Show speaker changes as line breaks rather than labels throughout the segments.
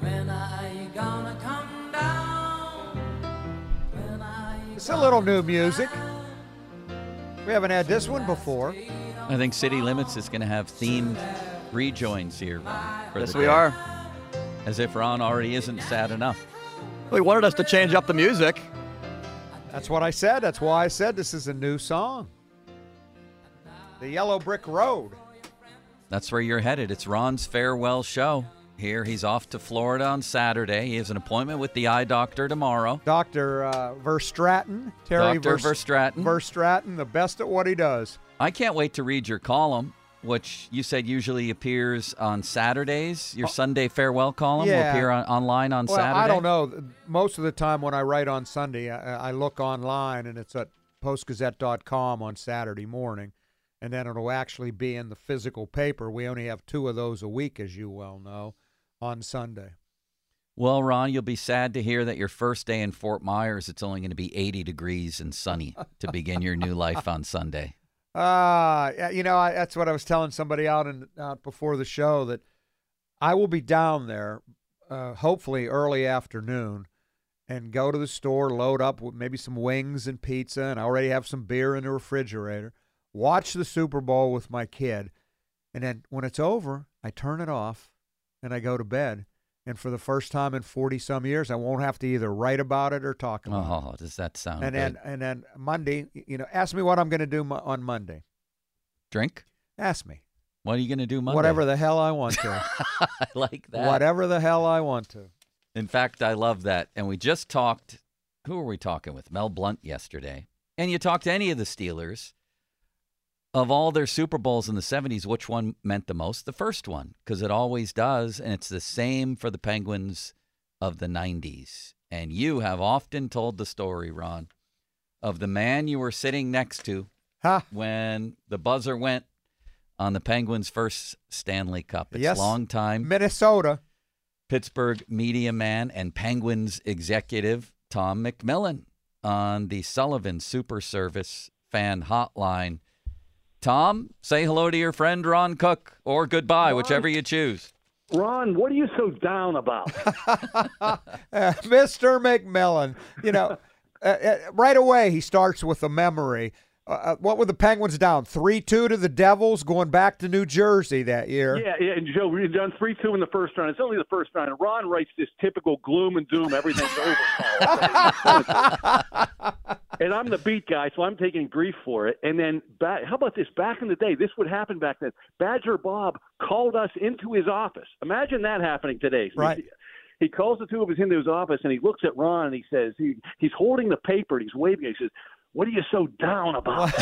When are you gonna come down? When are you
It's a little new music. We haven't had this one before.
I think City Limits is going to have themed rejoins here. Ron, for the
Yes, we
day.
are.
As if Ron already isn't sad enough.
Well, He wanted us to change up the music.
That's what I said. That's why I said this is a new song. The Yellow Brick Road.
That's where you're headed. It's Ron's farewell show. Here he's off to Florida on Saturday. He has an appointment with the eye doctor tomorrow.
Dr. Uh, Verstraten, Terry
Dr.
Verst-
Verstraten.
Verstraten, the best at what he does.
I can't wait to read your column, which you said usually appears on Saturdays. Your Sunday farewell column will
Oh. yeah.
appear on, online on
well,
Saturday.
I don't know. Most of the time when I write on Sunday, I, I look online and it's at postgazette.com on Saturday morning, and then it'll actually be in the physical paper. We only have two of those a week, as you well know, on Sunday.
Well, Ron, you'll be sad to hear that your first day in Fort Myers, it's only going to be 80 degrees and sunny to begin your new life on Sunday.
Ah, yeah, you know, I, that's what I was telling somebody out and out before the show that I will be down there, uh, hopefully early afternoon, and go to the store, load up with maybe some wings and pizza, and I already have some beer in the refrigerator. Watch the Super Bowl with my kid, and then when it's over, I turn it off and I go to bed. And for the first time in forty some years, I won't have to either write about it or talk about it.
Oh, does that sound
And
good?
then, and then Monday, y- you know, ask me what I'm going to do mo- on Monday.
Drink?
Ask me.
What are you going to do Monday?
Whatever the hell I want to.
I like that.
Whatever the hell I want to.
In fact, I love that. And we just talked. Who were we talking with? Mel Blunt yesterday. And you talked to any of the Steelers. Of all their Super Bowls in the 70s, which one meant the most? The first one, because it always does. And it's the same for the Penguins of the 90s. And you have often told the story, Ron, of the man you were sitting next to
Huh?
when the buzzer went on the Penguins' first Stanley Cup. It's
Yes.
a long time.
Minnesota.
Pittsburgh media man and Penguins executive Tom McMillan on the Sullivan Super Service fan hotline. Tom, say hello to your friend Ron Cook or goodbye, whichever you choose.
Ron, what are you so down about?
Uh, Mr. McMillan. You know, uh, uh, right away he starts with a memory. Uh, Uh, what were the Penguins down? 3 2 to the Devils going back to New Jersey that year.
yeah, yeah, and Joe, we've done 3 2 in the first round. It's only the first round. And Ron writes this typical gloom and doom, everything's over. column. and I'm the beat guy, so I'm taking grief for it. And then, back, how about this? Back in the day, this would happen back then. Badger Bob called us into his office. Imagine that happening today.
Right.
He calls the two of us into his office and he looks at Ron and he says, he, he's holding the paper and he's waving. it. He says, What are you so down about?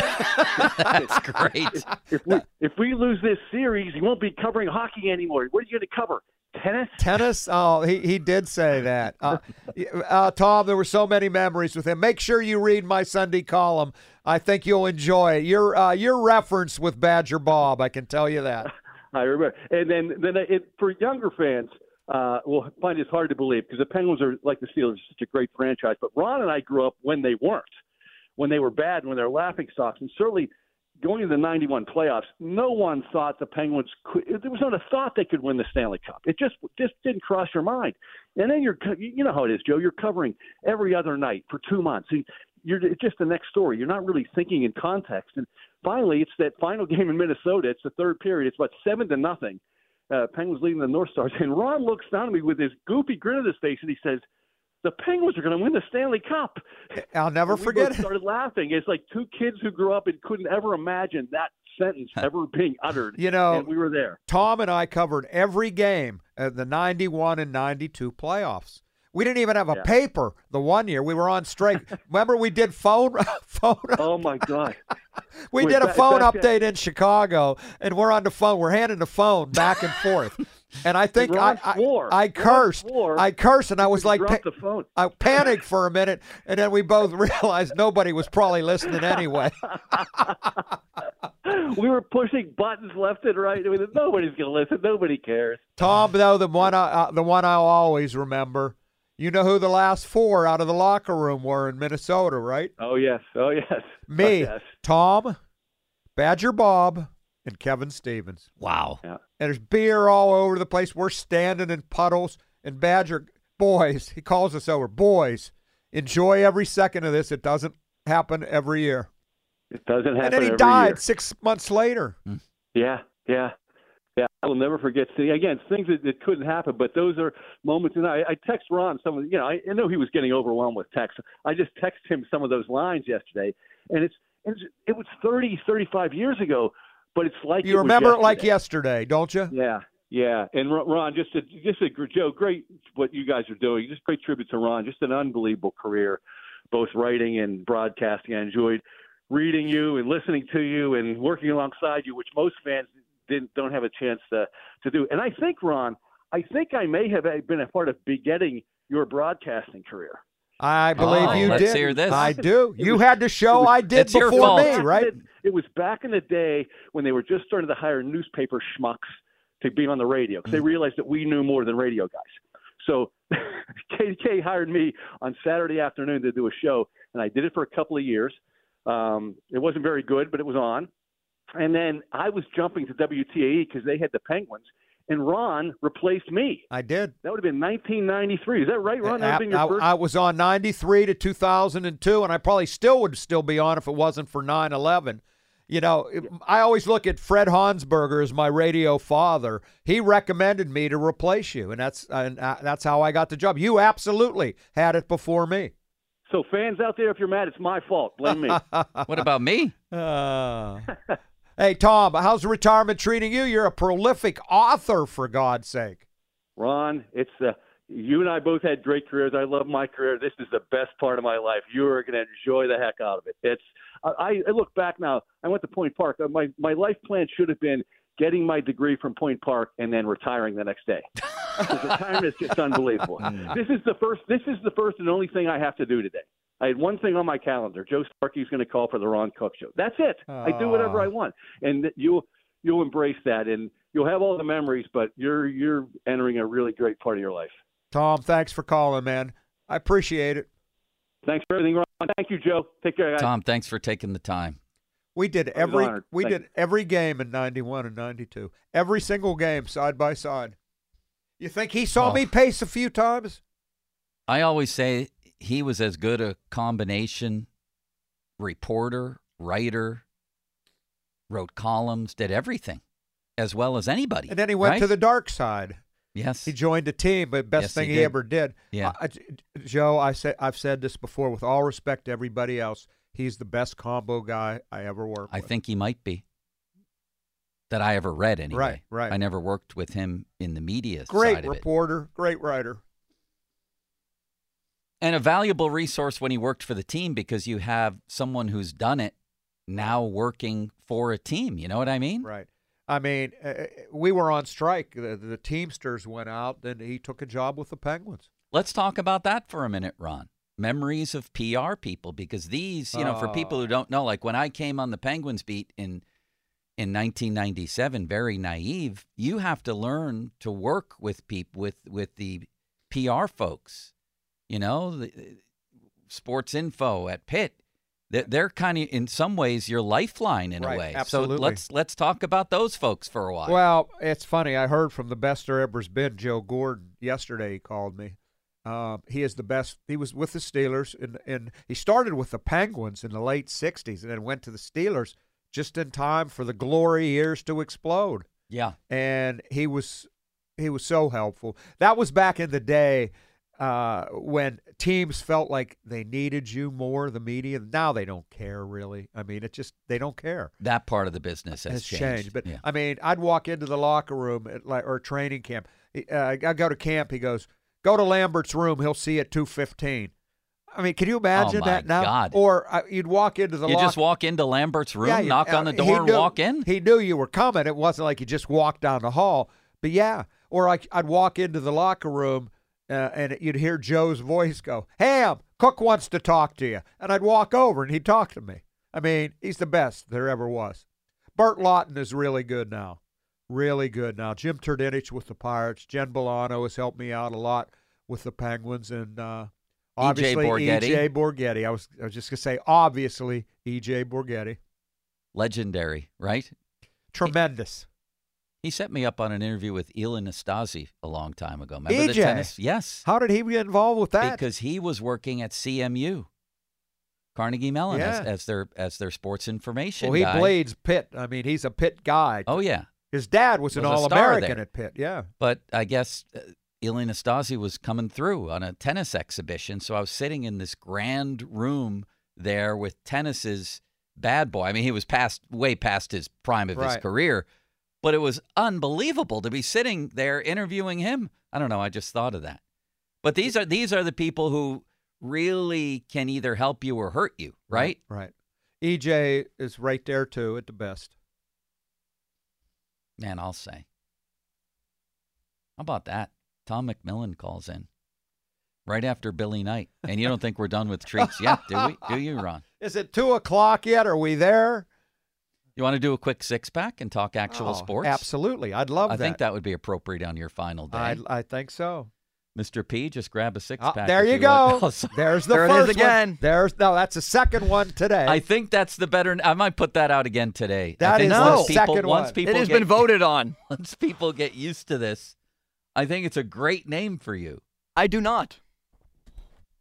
That's great.
if we if we lose this series, you won't be covering hockey anymore. What are you going to cover? Tennis?
Tennis. Oh, he, he did say that. Uh, y- uh, Tom, there were so many memories with him. Make sure you read my Sunday column. I think you'll enjoy it. Your uh, your reference with Badger Bob. I can tell you that.
I remember. And then then it, for younger fans, uh, will find it hard to believe because the Penguins are like the Steelers, such a great franchise. But Ron and I grew up when they weren't, when they were bad, and when they were laughing stocks, and certainly. Going to the 91 playoffs, no one thought the Penguins could. There was not a thought they could win the Stanley Cup. It just just didn't cross your mind. And then you're, co- you know how it is, Joe. You're covering every other night for two months. You- You're it's just the next story. You're not really thinking in context. And finally, it's that final game in Minnesota. It's the third period. It's about seven to nothing. Uh, Penguins leading the North Stars. And Ron looks down at me with his goofy grin on his face, and he says, "The Penguins are going to win the Stanley Cup."
I'll never
And we
forget
both
it.
started laughing. It's like two kids who grew up and couldn't ever imagine that sentence ever being uttered.
You know-
and we were there.
Tom and I covered every game at the 91 and 92 playoffs. We didn't even have a
Yeah.
paper the one year. We were on strike. Remember, we did phone phone.
Oh my god!
We
wait,
did a
back-
phone
back then-
update in Chicago, and we're on the phone. We're handing the phone back and forth. And I think I,
Ron
I,
swore.
I
Ron
cursed.
swore
I cursed, and I was like,
dropped
pa-
the phone.
I panicked for a minute, and then we both realized nobody was probably listening anyway. uh,
we were pushing buttons left and right. I mean, nobody's going to listen. Nobody cares.
Tom, though, the one I, uh, the one I'll always remember. You know who the last four out of the locker room were in Minnesota, right?
Oh yes. Oh yes.
Me,
Oh, yes.
Tom, Badger Bob, and Kevin Stevens.
Wow.
Yeah.
And there's beer all over the place. We're standing in puddles. And Badger, boys, he calls us over. Boys, enjoy every second of this. It doesn't happen every year.
It doesn't happen
and then he
every
died
year.
six months later.
Yeah, yeah, yeah. I will never forget. See, again, it's things that, that couldn't happen, but those are moments. And I, I text Ron some of, you know, I, I know he was getting overwhelmed with text. I just texted him some of those lines yesterday, and it's, it's it was 30, 35 years ago, but it's like
You
it
remember
was
it like
yesterday.
yesterday, don't you?
Yeah, yeah. And Ro- Ron, just a, just a gr- Joe, great what you guys are doing. Just great tribute to Ron. Just an unbelievable career, both writing and broadcasting. I enjoyed reading you and listening to you and working alongside you, which most fans didn't don't have a chance to to do. And I think Ron, I think I may have been a part of begetting your broadcasting career.
I believe
Oh,
you
let's
did.
hear this.
I do.
It
You
was-
had the
it
show
was-
I did
It's your
before
fault.
me, right?
It was back in the day when they were just starting to hire newspaper schmucks to be on the radio 'cause they
Mm.
realized that we knew more than radio guys. So KDK hired me on Saturday afternoon to do a show, and I did it for a couple of years. Um, it wasn't very good, but it was on. And then I was jumping to WTAE because E they had the Penguins, and Ron replaced me.
I did.
That would have been 1993. Is that right, Ron?
I,
That would have been your
I-
first-
I was on 93 to 2002, and I probably still would still be on if it wasn't for 9 11. You know, it- I always look at Fred Hansberger as my radio father. He recommended me to replace you, and that's and uh, that's how I got the job. You absolutely had it before me.
so fans out there, if you're mad, it's my fault. Blame me.
What about me?
Uh. hey, Tom, how's retirement treating you? You're a prolific author, for God's sake.
Ron, it's the you and I both had great careers. I love my career. This is the best part of my life. You are going to enjoy the heck out of it. It's I, I look back now. I went to Point Park. Uh, My my life plan should have been getting my degree from Point Park and then retiring the next day. 'Cause retirement is just unbelievable. this is the first. This is the first and only thing I have to do today. I had one thing on my calendar. Joe Starkey's going to call for the Ron Cook show. That's it. I do whatever I want, and that you you'll embrace that, and you'll have all the memories. But you're you're entering a really great part of your life.
Tom, thanks for calling, man. I appreciate it.
Thanks for everything, Ron. Thank you, Joe. Take care, guys.
Tom, thanks for taking the time.
We did
I was
every
honored.
we
Thank
did every game in '91 and '92. Every single game, side by side. You think he saw
Oh.
me pace a few times?
I always say he was as good a combination reporter, writer, wrote columns, did everything as well as anybody.
And then he went
right?
to the dark side.
yes.
He joined a team, but best
Yes, he
thing he,
did.
ever did.
Yeah.
I- I- Joe, I said I've said this before. With all respect to everybody else, he's the best combo guy I ever worked
I
with.
think he might be. That I ever read anyway.
Right, right.
I never worked with him in the media
great
side of it.
reporter, great writer.
and a valuable resource when he worked for the team because you have someone who's done it now working for a team. You know what I mean?
Right. I mean, uh, uh, we were on strike. The, the Teamsters went out, and he took a job with the Penguins.
Let's talk about that for a minute, Ron. Memories of PR people because these, you know, for people
Ah.
who don't know, like when I came on the Penguins beat in in 1997, very naive, you have to learn to work with people with with the PR folks. You know, the, Sports Info at Pitt. They're, they're kind of in some ways your lifeline in
Right,
a way.
absolutely.
So let's let's talk about those folks for a while.
Well, it's funny. I heard from the best there ever's been, Joe Gordon, yesterday. He called me. Um, he is the best. He was with the Steelers, and and he started with the Penguins in the late '60s, and then went to the Steelers just in time for the glory years to explode.
yeah.
And he was he was so helpful. That was back in the day uh, when teams felt like they needed you more. The media now they don't care really. I mean, it just they don't care
That part of the business has,
but
Yeah.
I mean, I'd walk into the locker room at like or training camp. He- Uh, I go to camp. He goes, "Go to Lambert's room. He'll see you at 2.15. I mean, can you imagine
Oh, my
that now?
God.
Or uh, you'd walk into the
you
locker
just walk into Lambert's room,
Yeah, you-
knock on
uh,
the
he
door, and
knew-
walk in.
He knew you were coming. It wasn't like you just walked down the hall. But yeah, Or I, I'd walk into the locker room uh, and you'd hear Joe's voice go, Ham, Cook wants to talk to you. And I'd walk over and he'd talk to me. I mean, he's the best there ever was. Bert Lawton is really good now. Really good now. Jim Turdinich with the Pirates. Jen Bolano has helped me out a lot with the Penguins. And uh, obviously,
E Borghetti.
E.J. Borghetti. I was, I was just going to say, obviously, E.J. Borghetti.
Legendary, right?
Tremendous.
He set me up on an interview with Elon Nastasi a long time ago. Remember the
EJ?
tennis? Yes.
How did he get involved with that?
Because he was working at CMU, Carnegie Mellon, as,
Yeah.
as their as their sports information
well, he
guy.
blades Pitt. I mean, he's a Pitt guy.
Oh yeah,
His dad was, an
was a
All
star
American
there.
at Pitt. Yeah.
but I guess uh, Ilya Nastasi was coming through on a tennis exhibition, so I was sitting in this grand room there with tennis's bad boy. I mean, he was past way past his prime of his
Right.
career, but it was unbelievable to be sitting there interviewing him. I don't know, I just thought of that. But these are these are the people who really can either help you or hurt you, right?
Right. EJ is right there too at the best.
Man, I'll say. How about that? Tom McMillan calls in right after Billy Knight. And you don't think we're done with treats yet, do we? Do you, Ron?
Is it two o'clock yet? Are we there?
You want to do a quick six pack and talk actual
Oh,
sports?
Absolutely. I'd love
I
that.
think that would be appropriate on your final day.
I, I think so.
Mr. P, just grab a six
Ah,
pack.
there
if
you
would.
go.
Oh, sorry.
There's the
There it
first
is
One.
again.
There's no. That's the second one today.
I think that's the better. I might put that out again today. I
That
think
is
once
the
people,
second
once
one.
people
It has
get,
been voted on.
Once people get used to this, I think it's a great name for you,
I do not.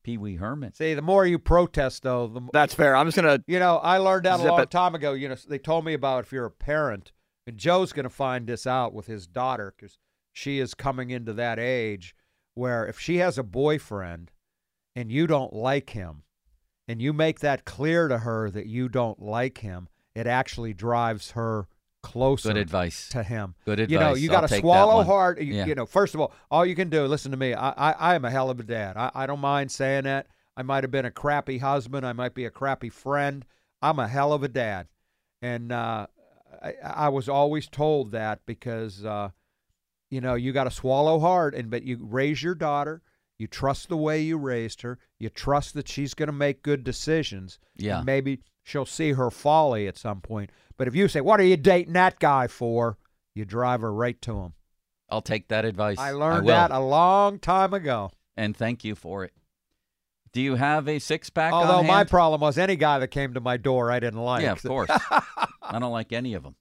Pee Wee Herman.
See, the more you protest, though, the more,
That's fair. I'm just gonna.
you know. I learned that a
Zip
long
it.
time ago. You know, they told me about if you're a parent, and Joe's going to find this out with his daughter because she is coming into that age where if she has a boyfriend and you don't like him, and you make that clear to her that you don't like him, it actually drives her closer
Good advice.
to him.
Good
You know,
advice.
you
I'll
got to
take that
swallow
one.
hard. You,
Yeah.
you know, first of all, all you can do, listen to me, I, I, I am a hell of a dad. I, I don't mind saying that. I might have been a crappy husband. I might be a crappy friend. I'm a hell of a dad. And uh, I, I was always told that because, uh, you know, you got to swallow hard. And But you raise your daughter. You trust the way you raised her. You trust that she's going to make good decisions.
Yeah.
And maybe she'll see her folly at some point. But if you say, "What are you dating that guy for?" you drive her right to him.
I'll take that advice.
I learned
will.
that a long time ago.
and thank you for it. Do you have a six pack?
Although
on
my
hand?
problem was any guy that came to my door, I didn't like.
yeah, of course. I don't like any of them.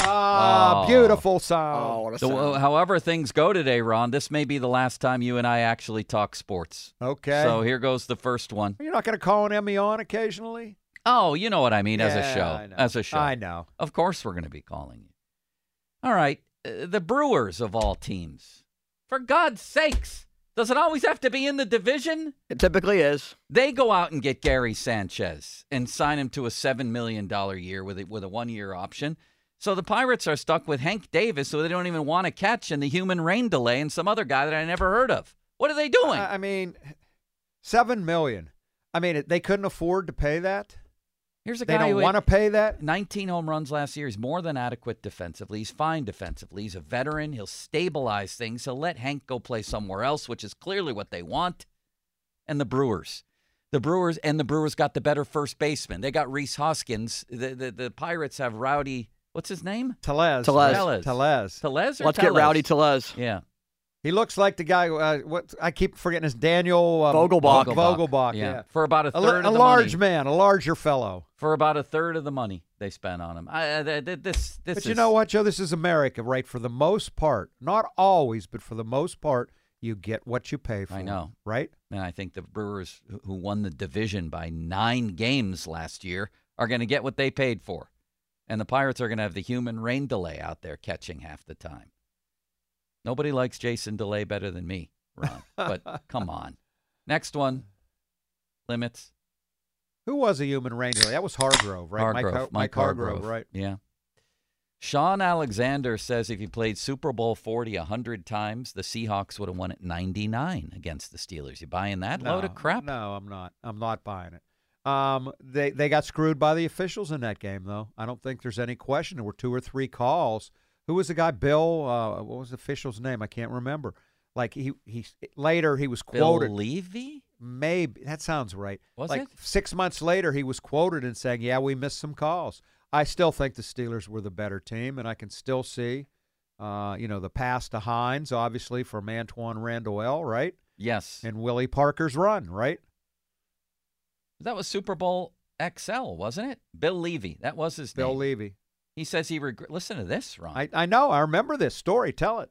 Ah,
Oh.
beautiful sound.
Oh, what a
So, uh,
sound.
however things go today, Ron, this may be the last time you and I actually talk sports.
Okay.
Oh. So here goes the first one.
You're not going to call an Emmy on occasionally?
Oh, you know what I mean as a
Yeah,
show.
I know.
As a show.
I know.
Of course, we're going to be calling you. All right. uh, the Brewers of all teams. For God's sakes, does it always have to be in the division?
it typically is.
They go out and get Gary Sanchez and sign him to a seven million dollar year with a, with a one year option. So the Pirates are stuck with Hank Davis, who they don't even want to catch, and the human rain delay, and some other guy that I never heard of. What are they doing?
I, I mean, seven million. I mean, it- they couldn't afford to pay that.
Here's a
They
guy
don't
who
want to
had
pay that.
19 home runs last year. He's more than adequate defensively. He's fine defensively. He's a veteran. He'll stabilize things. He'll let Hank go play somewhere else, which is clearly what they want. And the Brewers. The Brewers and the Brewers got the better first baseman. They got Reese Hoskins. The the, the Pirates have Rowdy. What's his name?
Telez.
Telez.
Telez.
Telez. Or
Let's get
Tellez?
rowdy to Les.
Yeah.
He looks like the guy. Uh, what I keep forgetting is Daniel um,
Vogelbach.
Vogelbach. Yeah.
For about a
A,
third
li-
of
a
the
large
money.
man, a larger fellow.
For about a third of the money they spent on him. I, I, th- th- this this
but
is
you know what, Joe? This is America, right? For the most part, not always, but for the most part, you get what you pay for.
know.
right?
And I think the Brewers, who- who won the division by nine games last year, are going to get what they paid for. And the Pirates are going to have the human rain delay out there catching half the time. Nobody likes Jason Delay better than me, Ron. but come on. Next one limits.
Who was a human ranger? That was Hargrove, right?
Hargrove,
Mike, Har- Mike Hargrove, right?
Yeah. Sean Alexander says if he played Super Bowl 40 100 times, the Seahawks would have won it 99 against the Steelers. You buying that load of
No,
crap?
No, I'm not. I'm not buying it. Um, they they got screwed by the officials in that game, though. I don't think there's any question. There were two or three calls who was the guy? Bill. Uh, what was the official's name? I can't remember. Like he he later he was
Bill
quoted.
Levy?
Maybe that sounds right.
Was
like
it?
six months later, he was quoted in saying, "Yeah, we missed some calls. I still think the Steelers were the better team, and I can still see, uh, you know, the pass to Hines, obviously from Antoine Randall, L, right,
Yes.
and Willie Parker's run, right."
That was Super Bowl XL, wasn't it? Bill Levy. That was his
Bill
name.
Levy.
He says he regret. Listen to this, Ron.
I, I know. I remember this story. Tell it.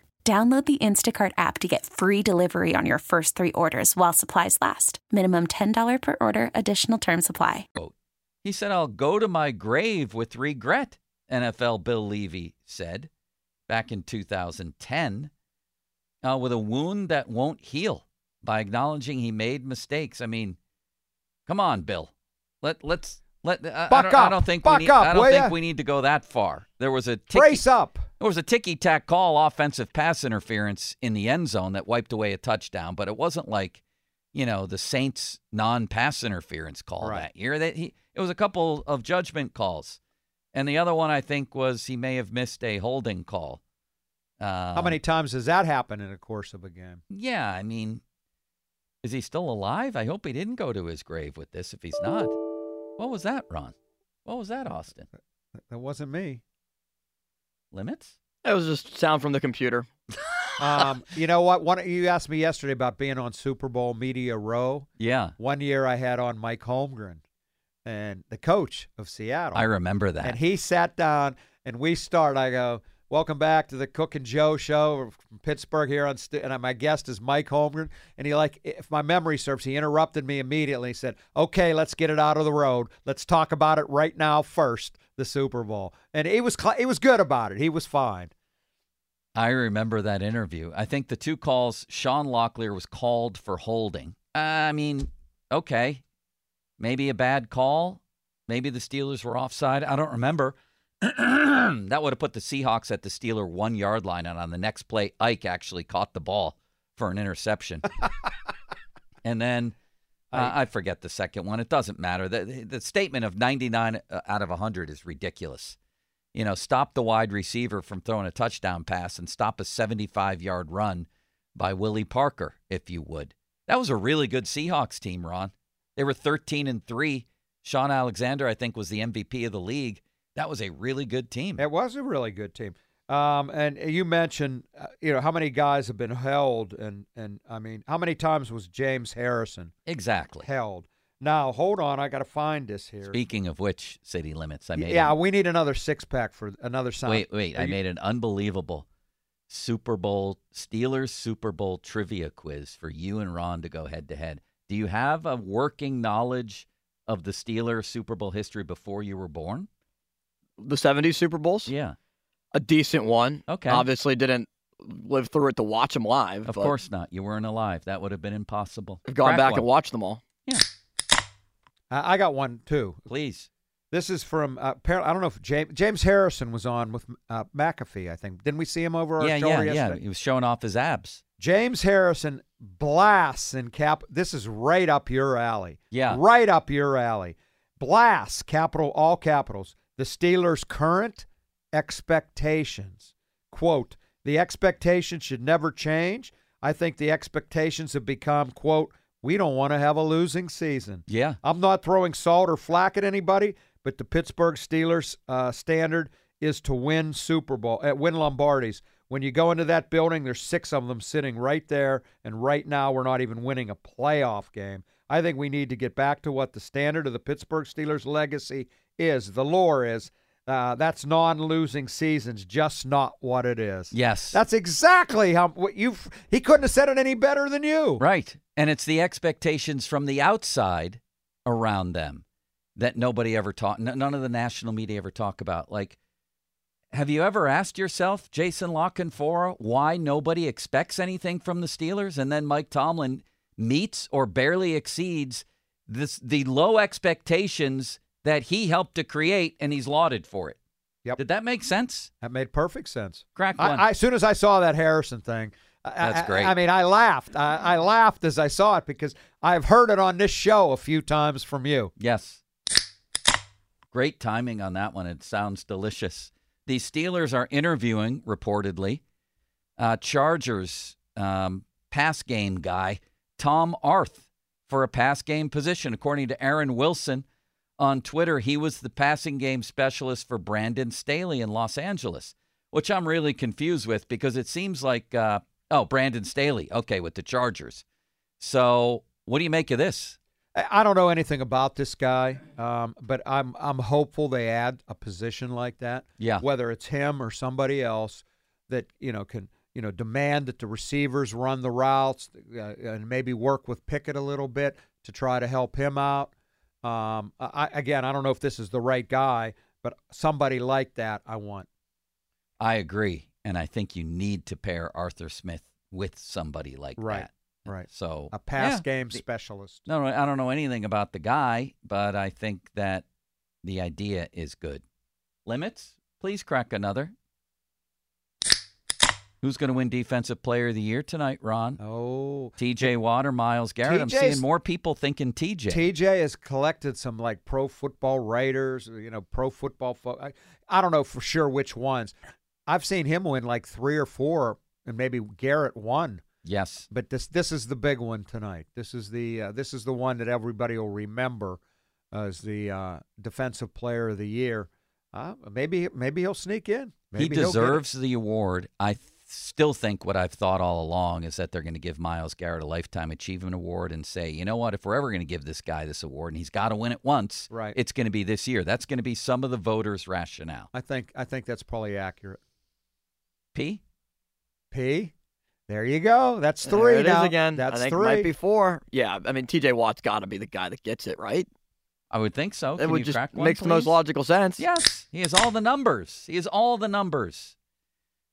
Download the Instacart app to get free delivery on your first three orders while supplies last. Minimum $10 per order, additional term supply.
He said, I'll go to my grave with regret, NFL Bill Levy said back in 2010 uh, with a wound that won't heal by acknowledging he made mistakes. I mean, come on, Bill. Let, let's. Let, I, I
Buck
don't, I
up.
don't think
Buck
we need,
up,
I don't
will
think
ya?
we need to go that far. There was a ticky,
Brace up.
It was a ticky tack call, offensive pass interference in the end zone that wiped away a touchdown, but it wasn't like, you know, the Saints non pass interference call
Right.
that year. That he, it was a couple of judgment calls. And the other one, I think, was he may have missed a holding call. Uh,
How many times does that happen in the course of a game?
Yeah, I mean, is he still alive? I hope he didn't go to his grave with this if he's not. What was that, Ron? What was that, Austin?
That- That wasn't me.
Limits?
That was just sound from the computer.
Um, you know what? One, you asked me yesterday about being on Super Bowl media row.
Yeah,
One year I had on Mike Holmgren, and the coach of Seattle.
I remember that.
And he sat down, and we start. I go, "Welcome back to the Cook and Joe Show from Pittsburgh here on." St-, and my guest is Mike Holmgren, and he like, if my memory serves, he interrupted me immediately. He said, "Okay, let's get it out of the road. Let's talk about it right now first, the Super Bowl." And he was cl- he was good about it. He was fine.
I remember that interview. I think the two calls, Sean Locklear was called for holding. I mean, okay, maybe a bad call. Maybe the Steelers were offside. I don't remember. that would have put the Seahawks at the Steeler one yard line. And on the next play, Ike actually caught the ball for an interception. and then uh, I forget the second one. It doesn't matter. The, the statement of 99 out of 100 is ridiculous you know, stop the wide receiver from throwing a touchdown pass and stop a 75 yard run by Willie Parker, if you would. That was a really good Seahawks team, Ron. They were 13 and 3. Sean Alexander, I think, was the MVP of the league. That was a really good team.
It was a really good team. Um, and you mentioned, uh, you know, how many guys have been held, and and I mean, how many times was James Harrison
Exactly.
held? Now, hold on, I got to find this here.
Speaking of which, city limits, I made.
yeah,
an-
we need another six pack for another sound.
wait, wait.
Are
I
you-
made an unbelievable Super Bowl Steelers Super Bowl trivia quiz for you and Ron to go head to head. Do you have a working knowledge of the Steelers Super Bowl history before you were born?
The 70s Super Bowls?
Yeah,
A decent one.
Okay.
Obviously didn't live through it to watch them live.
of
but
course not. You weren't alive. That would have been impossible.
I've gone
Crack
back
one.
and watched them all.
I, I got one too.
Please.
This is from uh, apparently I don't know if James James Harrison was on with uh, McAfee. I think didn't we see him over our
Yeah, yeah,
shoulder
yeah.
yesterday?
He was showing off his abs.
James Harrison blasts in cap. This is right up your alley.
Yeah.
Right up your alley. Blasts, capital, all capitals, the Steelers' current expectations. Quote, the expectations should never change. I think the expectations have become, quote, we don't want to have a losing season.
Yeah.
I'm not throwing salt or flack at anybody, but the Pittsburgh Steelers uh, standard is to win Super Bowl, uh, win Lombardies. When you go into that building, there's six of them sitting right there, and right now we're not even winning a playoff game. I think we need to get back to what the standard of the Pittsburgh Steelers legacy is. The lore is uh, that's non-losing seasons, just not what it is.
Yes.
that's exactly how what you. He couldn't have said it any better than you.
Right. And it's the expectations from the outside around them that nobody ever talk n- none of the national media ever talk about like Have you ever asked yourself, Jason LaConfora, why nobody expects anything from the Steelers, and then Mike Tomlin meets or barely exceeds this the low expectations that he helped to create, and he's lauded for it?
Yep.
Did that make sense?
That made perfect sense.
Crack
I,
one.
I- as soon as I saw that Harrison thing, I- I,
That's great.
I, mean, I laughed. I, I laughed as I saw it because I've heard it on this show a few times from you.
Yes. Great timing on that one. It sounds delicious. The Steelers are interviewing, reportedly, uh, Chargers um, pass game guy, Tom Arth, for a pass game position. According to Aaron Wilson on Twitter, he was the passing game specialist for Brandon Staley in Los Angeles, which I'm really confused with because it seems like, uh, oh, Brandon Staley, okay, with the Chargers. So what do you make of this?
I I don't know anything about this guy, um, but I'm I'm hopeful they add a position like that.
Yeah.
Whether it's him or somebody else that you know can you know demand that the receivers run the routes uh, and maybe work with Pickett a little bit to try to help him out. Um, I, I- again, I don't know if this is the right guy, but somebody like that I want.
I agree. And I think you need to pair Arthur Smith with somebody like
Right,
that.
right.
So
A pass
yeah.
game
The-
specialist.
No, no, I don't know anything about the guy, but I think that the idea is good. Limits? Please crack another. Who's going to win Defensive Player of the Year tonight, Ron?
Oh,
TJ Watt or Miles Garrett? I'm
TJ 's
seeing more people thinking TJ.
TJ has collected some like pro football writers, you know, pro football. Fo- I, I don't know for sure which ones. I've seen him win like three or four, and maybe Garrett won.
yes.
But this this is the big one tonight. This is the uh, this is the one that everybody will remember as the uh, defensive player of the year. Uh, maybe maybe he'll sneak in. Maybe
he
he'll get it.
deserves the award. I th- still think what I've thought all along is that they're going to give Miles Garrett a lifetime achievement award and say, you know what, if we're ever going to give this guy this award and he's got to win it once,
Right.
it's going to be this year. That's going to be some of the voters' rationale.
I think I think that's probably accurate.
P.
P, there you go. That's three
There it is
now.
again.
That's
I think
three.
It might be four. Yeah, I mean TJ Watt's got to be the guy that gets it, right?
I would think so.
it
Oh, Can
would
you
just
crack one,
makes the most
please?
logical sense.
Yes, he has all the numbers. He has all the numbers.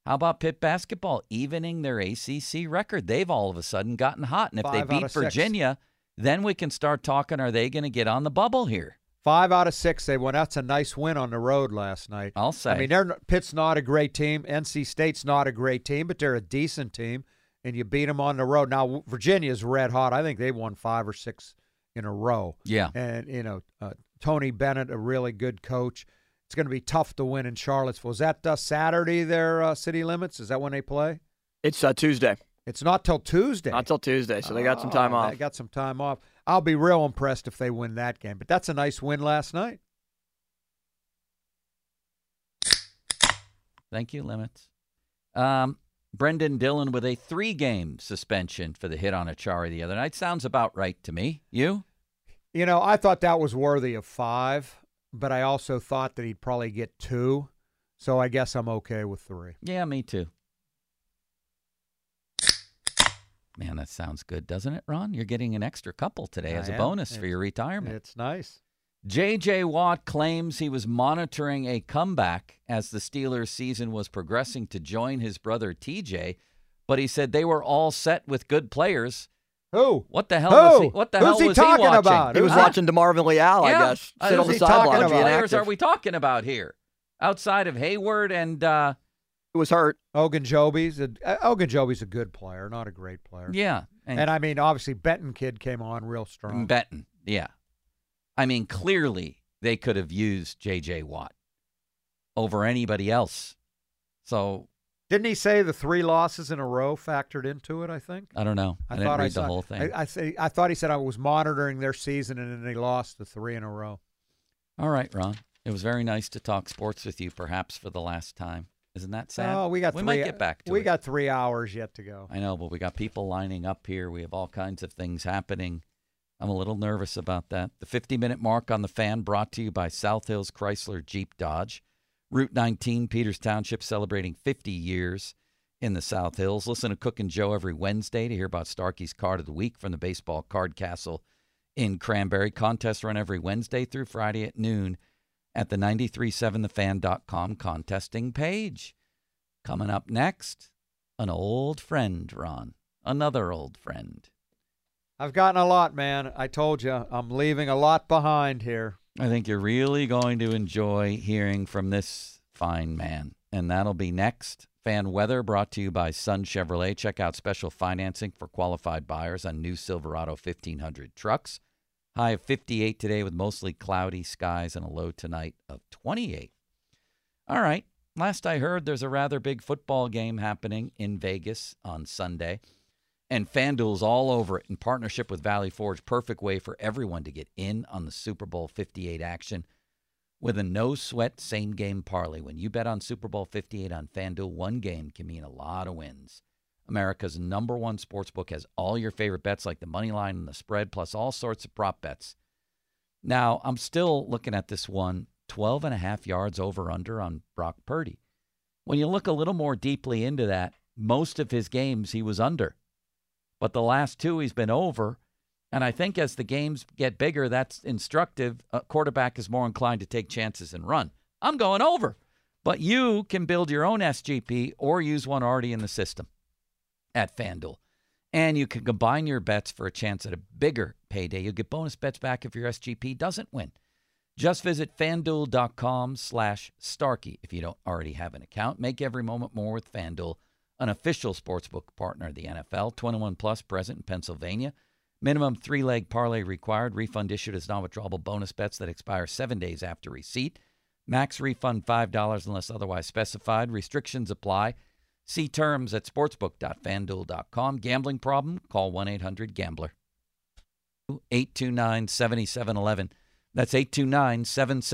How about Pitt basketball evening their ACC record? They've all of a sudden gotten hot, and if
Five out
they beat
of six.
Virginia, then we can start talking. Are they going to get on the bubble here?
Five out of six they won. That's a nice win on the road last night.
I'll say.
I mean, they're not- Pitt's not a great team. NC State's not a great team, but they're a decent team, and you beat them on the road. Now W- Virginia's red hot. I think they won five or six in a row.
Yeah.
And you know, uh, Tony Bennett, a really good coach. It's going to be tough to win in Charlottesville. Is that uh, Saturday? Their uh, city limits? Is that when they play?
It's uh, Tuesday,
It's not till Tuesday.
not till Tuesday, so they got some
Oh,
time off.
They got some time off. I'll be real impressed if they win that game. But that's a nice win last night.
Thank you, Limits. Um, Brendan Dillon with a three game suspension for the hit on Achari the other night. Sounds about right to me. You?
You know, I thought that was worthy of five, but I also thought that he'd probably get two. So I guess I'm okay with three.
Yeah, me too. Man, that sounds good, doesn't it, Ron? You're getting an extra couple today as
I
a
am.
bonus for
It's-
your retirement.
It's nice.
JJ Watt claims he was monitoring a comeback as the Steelers' season was progressing to join his brother TJ, but he said they were all set with good players.
Who?
What the hell was
Who?
he? What the
Who's
hell
he
was
talking
watching?
about?
He was
Huh?
watching DeMarvin Leal, Oh, I
Yeah.
guess,
Uh,
sit
who's
on the
he talking about?
sideline.
What
being
players
active.
are we talking about here? Outside of Hayward and uh,
He was hurt.
Ogunjobi's a uh, Ogunjobi's a good player, not a great player.
yeah, and,
And, I mean, obviously, Benton kid came on real strong.
and Benton. Yeah, I mean clearly they could have used J.J. Watt over anybody else. So
Didn't he say the three losses in a row factored into it? I think.
I don't know. I, didn't read the whole thing.
I, I, say, I thought he said I was monitoring their season, and then they lost the three in a row.
All right, Ron. It was very nice to talk sports with you, perhaps for the last time. Isn't that sad?
Oh, we got.
We
three,
might get back to
We
it.
got three hours yet to go.
I know, but we got people lining up here. We have all kinds of things happening. I'm a little nervous about that. The 50 minute mark on the fan brought to you by South Hills Chrysler Jeep Dodge. Route 19, Peters Township, celebrating 50 years in the South Hills. Listen to Cook and Joe every Wednesday to hear about Starkey's Card of the Week from the Baseball Card Castle in Cranberry. Contests run every Wednesday through Friday at noon at the 937thefan.com contesting page. Coming up next, an old friend, Ron. Another old friend.
I've gotten a lot, man. I told you, I'm leaving a lot behind here.
I think you're really going to enjoy hearing from this fine man. And that'll be next. Fan weather brought to you by Sun Chevrolet. Check out special financing for qualified buyers on new Silverado 1500 trucks. High of 58 today with mostly cloudy skies and a low tonight of 28. All right. Last I heard, there's a rather big football game happening in Vegas on Sunday. And FanDuel's all over it in partnership with Valley Forge. Perfect way for everyone to get in on the Super Bowl 58 action with a no sweat same game parlay. When you bet on Super Bowl 58 on FanDuel, one game can mean a lot of wins. America's number one sports book has all your favorite bets like the money line and the spread, plus all sorts of prop bets. Now, I'm still looking at this one 12 and a half yards over under on Brock Purdy. When you look a little more deeply into that, most of his games he was under but the last two he's been over. And I think as the games get bigger, that's instructive. A quarterback is more inclined to take chances and run. I'm going over. But you can build your own SGP or use one already in the system at FanDuel. And you can combine your bets for a chance at a bigger payday. You'll get bonus bets back if your SGP doesn't win. Just visit fanduel.com slash Starkey if you don't already have an account. Make every moment more with FanDuel an official sportsbook partner of the NFL. 21 plus present in Pennsylvania. Minimum three leg parlay required. Refund issued as non withdrawable bonus bets that expire seven days after receipt. Max refund $5 unless otherwise specified. Restrictions apply. See terms at sportsbook.fanduel.com. Gambling problem? Call 1 800 Gambler. 829 7711. That's 829 7711.